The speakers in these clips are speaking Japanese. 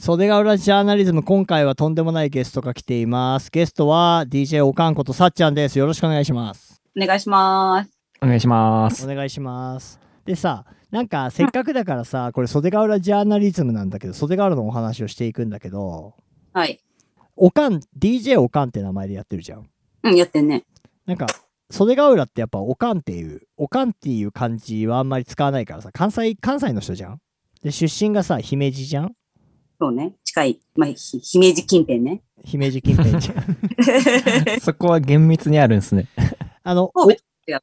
袖ヶ浦ジャーナリズム今回はとんでもないゲストが来ていますゲストは DJ おかんことさっちゃんですよろしくお願いしますお願いします。お願いしますお。願いしますでさなんかせっかくだからさこれ袖ヶ浦ジャーナリズムなんだけど袖ヶ浦のお話をしていくんだけどはい。おかん DJ おかんって名前でやってるじゃんうん、やってんね。なんか袖ヶ浦ってやっぱおかんっていうおかんっていう漢字はあんまり使わないからさ関西関西の人じゃんで出身がさ姫路じゃんそうね。近い。まあ、ひ姫路近 辺ね。姫路近辺じゃ んそこは厳密にあるん ですね。あの神戸違う。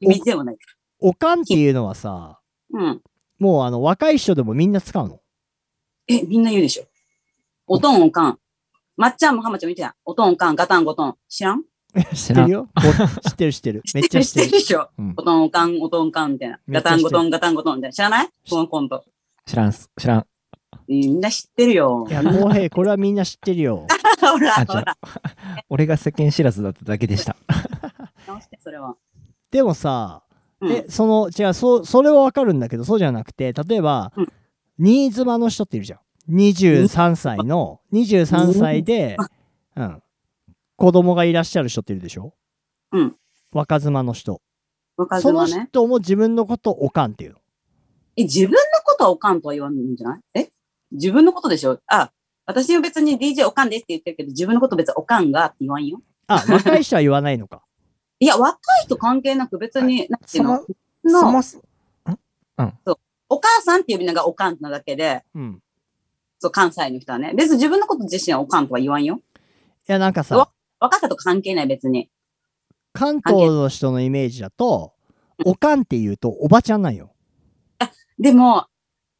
姫路でもない。おかんっていうのはさ、うん。もうあの若い人でもみんな使うの。え、みんな言うでしょ。おとんおかん。まっちゃんもはまちゃんも言ってた。おとんおかん、ガタンゴトン。知らん知ってるよ。お知ってる知ってる。めっちゃ知ってるる。でしょ。うんおとんおかん、おとんおかんみたいな。めっガちゃ知タってるンゴトン、ガタンゴトンみたいな。知らないこのコント。知らんっす。知らん。みんな知ってるよい。や、公平、これはみんな知ってるよ。 ほら、ほあ、じゃら。あ、俺が世間知らずだっただけでした。直して、それは。でもさ、うんえ、その、違う、そう、それはわかるんだけど、そうじゃなくて、例えば、うん新妻の人っているじゃん。23歳の、23歳で、うん、子供がいらっしゃる人っているでしょうん。若妻の人。若その妻ね。人も自分のことをおかんっていうの。え、自分のことはおかんとは言わんんじゃないえ自分のことでしょあ、私は別に DJ おかんですって言ってるけど、自分のこと別におかんがって言わんよ。あ、若い人は言わないのか。いや、若いと関係なく別に、なんていうのそそのもそお母さんって呼び名がおかんなだけで、うん。そう、関西の人はね。別に自分のこと自身はおかんとは言わんよ。いやなんかうさわ若さと関係ない別に。関東の人のイメージだとおかんっていうとおばちゃんなんよ。でも、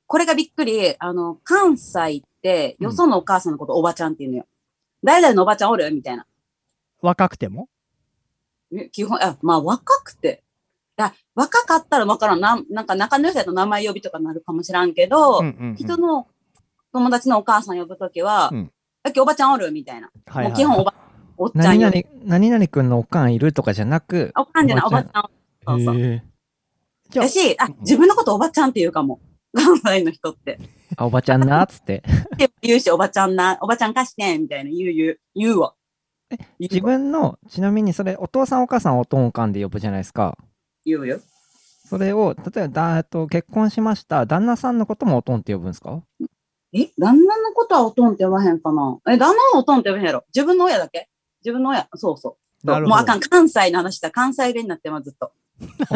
これがびっくり、あの、関西って、うんよそのお母さんのことおばちゃんって言うのよ。誰々のおばちゃんおるみたいな。若くてもえ基本、あ、まあ若くて。いや、若かったら分からん。なんなんか仲の良さだと名前呼びとかなるかもしらんけど、うんうんうん人の友達のお母さん呼ぶときは、うんさっきおばちゃんおるみたいな。はいもはうい基本おば、おっちゃん何呼々ぶ。、何々くんのおかんいるとかじゃなく、おかんじゃない、おおばばちちゃん。そうそう。へーじゃだし、あうん、自分のことおばちゃんって言うかも。 関西の人って。あ、おばちゃんなっつ って。で言うし、おばちゃんな、おばちゃん貸して、みたいな言う、言う、言うわ。言自うわ分の、ちなみにそれ、お父さんお母さんおとんおかんで呼ぶじゃないですか。言うよ。それを、例えば、だえっと結婚しました、旦那さんのこともおとんって呼ぶんで すかえ、旦那のことはおとんって呼ばへんかなえ、旦那はおとんって呼ばへんやろ。自分の親だけ自分の親。そうそう。なるもほうあかどん、関西の話だ。関西弁になってます、ずっと。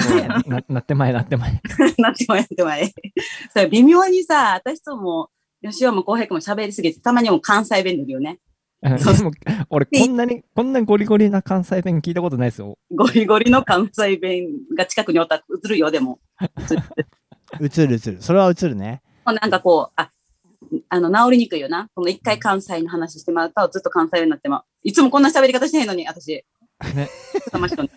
ななってまえなってまえ。なってもやってもえ。 それ微妙にさ、私とも、吉尾も浩平君も喋りすぎて、たまにもう関西弁でるよね。うんでも俺、こんなに、こんなゴリゴリな関西弁聞いたことないですよ。ゴリゴリの関西弁が近くにおったら映るよ、でも。映る映るそれは映るね。もうなんかこう、あ、あの、治りにくいよな。この一回関西の話してもらうと、ずっと関西弁になってまう。いつもこんな喋り方してへんのに、私。ねちょっと待ってね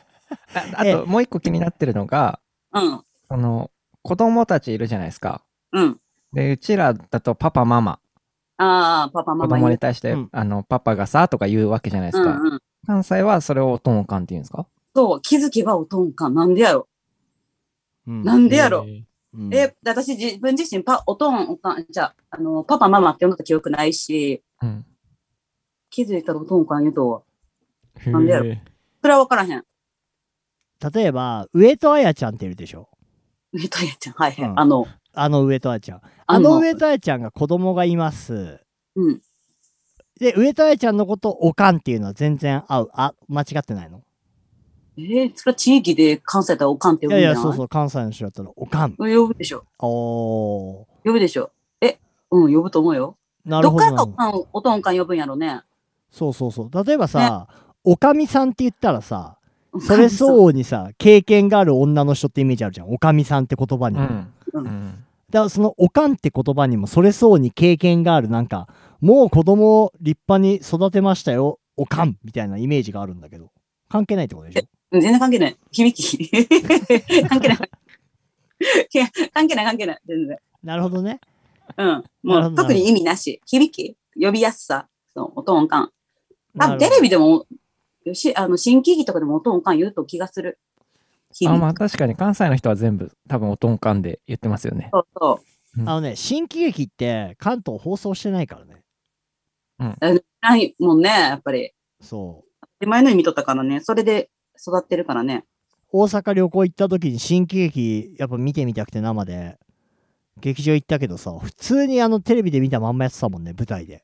ああええと、もう一個気になってるのが、うん、その、子供たちいるじゃないですか。うん。で、うちらだとパパ、ママ、ああ、パパ、マ子マ供言にう。対して、うんあの、パパがさ、とか言うわけじゃないでうすか。んうん。関西はそれをおとんおかんって言うんですかそう、気づけばおとんか。なんでやろ。うんなんでやろ。うんえ、で私自分自身パ、おとん、おかん、じゃあ、あの、パパ、ママって呼んだ記憶ないし、うん。気づいたらおとんおかん言うとは。なんでやろへそれは分からへん。例えば上戸彩ちゃんっているでしょ。上戸彩ちゃん、はいはい。うんあの、あの上戸彩ちゃん。あの上戸彩ちゃんが子供がいます。うん。で上戸彩ちゃんのことおかんっていうのは全然合う。あ間違ってないのえー、それは地域で関西だらおかんってい呼ぶやんいじやゃないそうそう関西の人だったらおかん。呼ぶでしょ。おー呼ぶでしょ。え、うん、呼ぶと思うよ。なるどっほかどらかなお。かん、おとんおかん呼ぶんやろね。そうそうそう。例えばさ、おかみさんって言ったらさ、 それう。相応にさ、経験がある女の人ってイメージあるじゃん。おかみさんって言葉にーも。うだかん。うん。らそのおかんって言葉にも、それ相応に経験がある、なんか、もう子供を立派に育てましたよ、おかんみたいなイメージがあるんだけど、関係ないってことでしょ うん全然関係ない。響き。 関係ない。 いや関係ない関係ない。全然。なるほどね。うん。なるもほどう特に意味なし。響き。呼びやすさ。そのおとんおかん。な多るほ分テどレビでも、よし、あの、新喜劇とかでもおとんおかん言うと気がする。響あ、きまあ確かに関西の人は全部、多分おとんおかんで言ってますよね。そうそう。うんあのね、新喜劇って関東放送してないからね。ないもんね、やっぱり。そう。手前のに見とったからね。それで育ってるからね。大阪旅行行った時に新喜劇やっぱ見てみたくて生で劇場行ったけどさ普通にあのテレビで見たまんまやってたもんね舞台で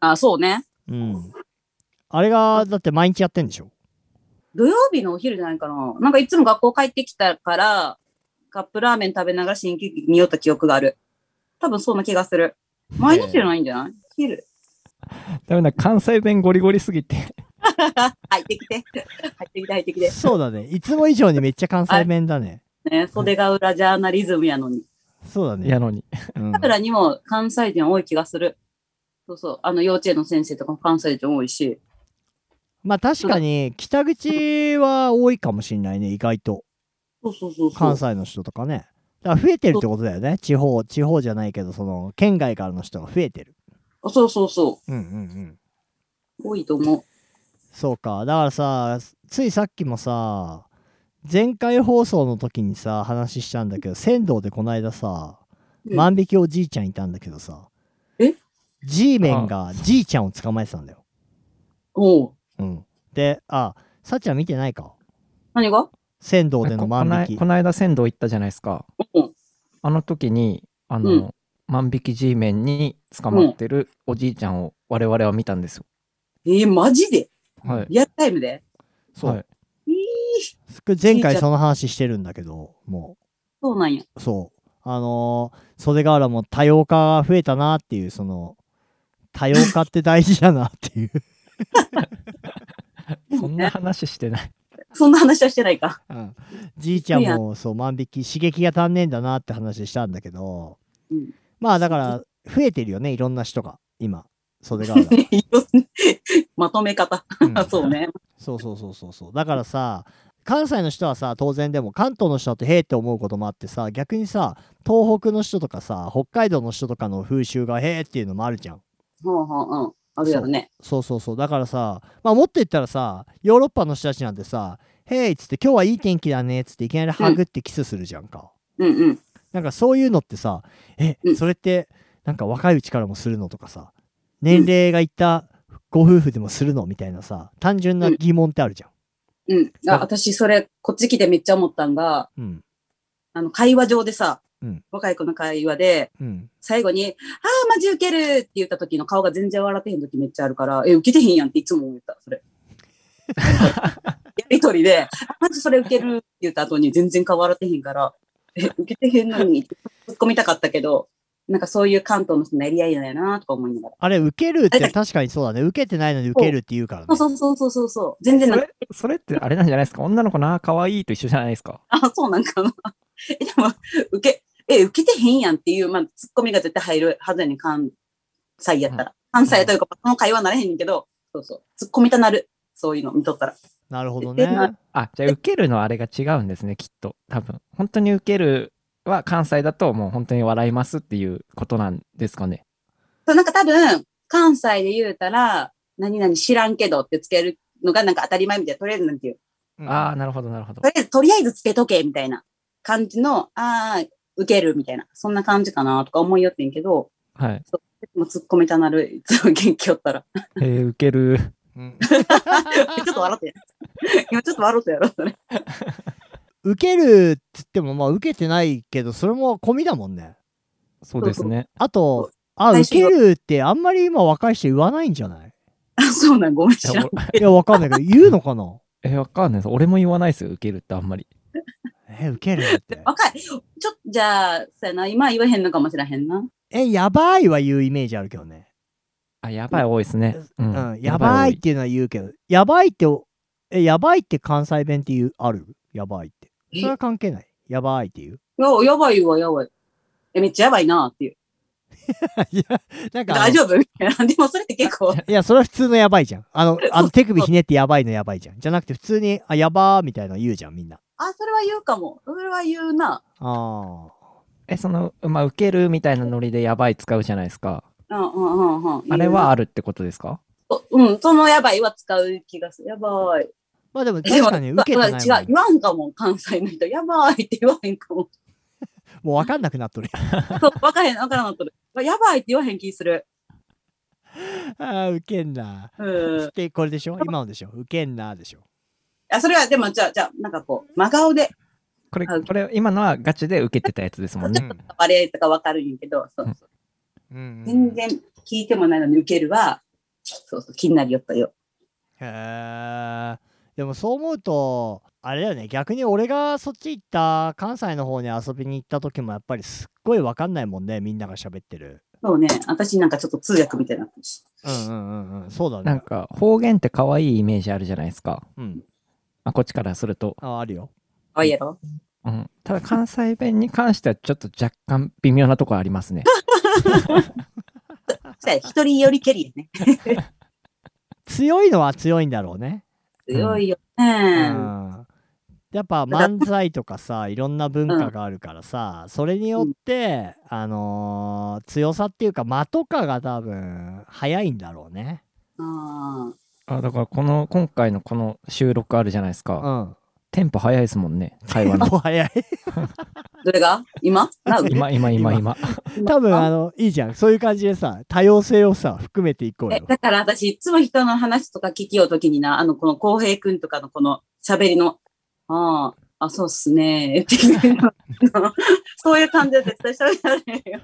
あ、そうね。うんあれがだって毎日やってんでしょ土曜日のお昼じゃないかな。なんかいつも学校帰ってきたから、カップラーメン食べながら新喜劇見よった記憶がある。多分そんな気がする。毎日じゃないんじゃない昼。 ダメだ、関西弁ゴリゴリすぎて。入ってきて。 入ってきて、入ってきて。そうだねいつも以上にめっちゃ関西弁だねね、袖が裏ジャーナリズムやのに。 そうだねやのに。うん僕らにも関西人多い気がする。そうそう。あの、幼稚園の先生とかも関西人多いし。まあ確かに北口は多いかもしんないね意外とそうそうそうそう。関西の人とかねだから増えてるってことだよね地方地方じゃないけどその県外からの人が増えてるあそうそうそうんうんうんう。多いと思う。そうかだからさついさっきもさ前回放送の時にさ話したんだけど仙道でこの間さうん万引きおじいちゃんいたんだけどさえ G メンがじいちゃんを捕まえてたんだよ、おううん、であさっちゃん見てないか何が仙道でこのこ万な引きこの間、仙道行ったじゃないですか。うんあの時に、あの、うん万引き G メンに捕まってるおじいちゃんを我々は見たんですよ。えー、マジではい。リアルタイムでそうはいこれ前回その話してるんだけどもそうなんや。うそうあのー袖ヶ浦も多様化が増えたなっていうその多様化って大事だなっていうそんな話し てない。そんな話はしてないか。 うんじいちゃんもそう万引き刺激が足んねえんだなって話したんだけど、うんまあだから増えてるよねいろんな人が今袖があるいろんなまとめ方。うんそうね。そうそうそうそうそうだからさ関西の人はさ当然でも関東の人だとへえって思うこともあってさ逆にさ東北の人とかさ北海道の人とかの風習がへえっていうのもあるじゃんほうほううん。あるやろね。そうそうそうだからさまあもっと言ったらさヨーロッパの人たちなんてさ「へえ」っつって「今日はいい天気だね」っつっていきなりハグってキスするじゃんか、うんうん。なんかそういうのってさ、えう、んそれってなんか若いうちからもするのとかさ、年齢がいったご夫婦でもするのみたいなさ、単純な疑問ってあるじゃん。うん。あ、私、それ、こっち来てめっちゃ思ったんが、うん。あの、会話上でさ、うん若い子の会話で、うん。最後に、ああ、マジウケるって言った時の顔が全然笑ってへん時めっちゃあるから、え、ウケてへんやんっていつも思った、 それ。やりとりで、あマジそれウケるって言った後に全然顔笑ってへんから、え、ウケてへんのにって突っ込みたかったけど、なんかそういう関東の人のやり合いなんやなとか思いながら。あれ、受けるっあてれ確かにそうだね。受けてないのに受けるって言うからね。そうそうそうそうそう。全そ然なんかれ、それってあれなんじゃないですか。女の子な、可愛いと一緒じゃないですか。あ、そうなんかな。え、でも、受け、え、受けてへんやんっていう、まあ、ツッコミが絶対入るはずやねん、関西やったら。関西というか、その会話なれへんねんけど、そうそう、ツッコミたなる。そういうの見とったら。なるほどえなね。あ、じゃあ受けるのあれが違うんですね、きっと。多分。本当に受けるは関西だともう本当に笑いますっていうことなんですかね。そうなんか多分、関西で言うたら、何々知らんけどってつけるのがなんか当たり前みたいな、とりあえずなんていう、ああ、なるほど、なるほどと。りあえず、とりあえずつけとけみたいな感じの、ああ、受けるみたいな、そんな感じかなとか思いよってんけど、はい。でもツッコミたなる、 いつも元気よったら。えー、受ける。うん。 ちょっと笑ってやろ。今ちょっと笑ってやろう、それ。受けるって言っても、まあ受けてないけど、それも込みだもんね。そうですね。あと、あ、最受け初はるってあんまり今若い人言わないんじゃないあ、 そうなん、ごめん、知いらやん。おいや、わかんないけど、言うのかなえー、わかんないです。俺も言わないですよ、受けるってあんまり。え、受ける って。若い。ちょっと、じゃあ、そうやな、今は言わへんのかもしらへんな。え、やばいは言うイメージあるけどね。あ、やばい多いですね。ううん、やばいっ。ていうのは言うけど、やばいって、え、やばいって関西弁って言う、あるやばいって。えそれは関係ない。やばいっていう。 や、やばいわ、やばい。え、めっちゃやばいな、っていう。いや、なんかあの、大丈夫み たいな。でも、それって結構、いや、それは普通のやばいじゃん。あ の、あの手首ひねってやばいのやばいじゃん。じゃなくて、普通に、あ、やばーみたいなの言うじゃん、みんな。あ、それは言うかも。それは言うな。あえ、その、まあ、受けるみたいなノリでやばい使うじゃないですか。うんうんうんうん。あれはあるってことですか言うな、うん、そのやばいは使う気がする。やばい。ー。まあでも、確かにで受けてもないもん 違う、言わんかも、関西の人。やばいって言わへんかも。もう分かんなくなっとる。 そう、わかへん、わからんなっとる。やばいって言わへん気する。ああ、ウケんな。うんっ。てこれでしょ今のでしょウケんなでしょあ、それはでも、じゃあ、じゃあ、なんかこう、真顔で、これ、あこれ、今のはガチで受けてたやつですもんね。あれとかわかるんやけど、そうそう。うん全然聞いてもないのに受けるは、そうそう、気になりよったよ。へえでもそう思うとあれだよね逆に俺がそっち行った関西の方に遊びに行った時もやっぱりすっごい分かんないもんねみんなが喋ってるそうね、私なんかちょっと通訳みたいになってるし。うんうんうんうんそうだなんねか、方言って可愛いイメージあるじゃないですか。うんまあ、こっちからすると。ああるよかわいいやろうん。ただ、関西弁に関しては、ちょっと若干微妙なとこありますね。そしたら一人よりけりやね。強いのは強いんだろうね強いよね。うんやっぱ漫才とか さいろんな文化があるからさ、それによって、あのー強さっていうか間とかが多分早いんだろうねあーあだから、この、今回のこの収録あるじゃないですうか。 んテンポ早いですもんね。会 話の。構早いどれが今なう今、今、今、今。 多分あのいいじゃんそういう感じでさ多様性をさ含めていこうえよだから私、いつも人の話とか聞きようときにな、あの、この浩平くんとかのこの喋りの、ああ、あ、そうっすね、っていうの そういう感じで絶対喋られ へんよ。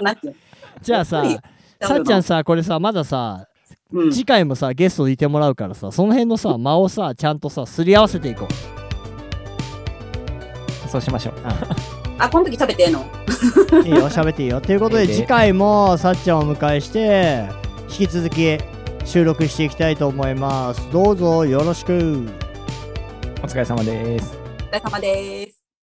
なんていうじゃあさやっさっちゃんん、さこれさまださうん、次回もさゲストいてもらうからさその辺のさ間をさちゃんとさすり合わせていこうそうしましょう。あ、この時食べてええのいいよ 喋っていいよということえでえ次回もさっちゃんをお迎えして引き続き収録していきたいと思いますどうぞよろしくお疲れ様です。お疲れ様です。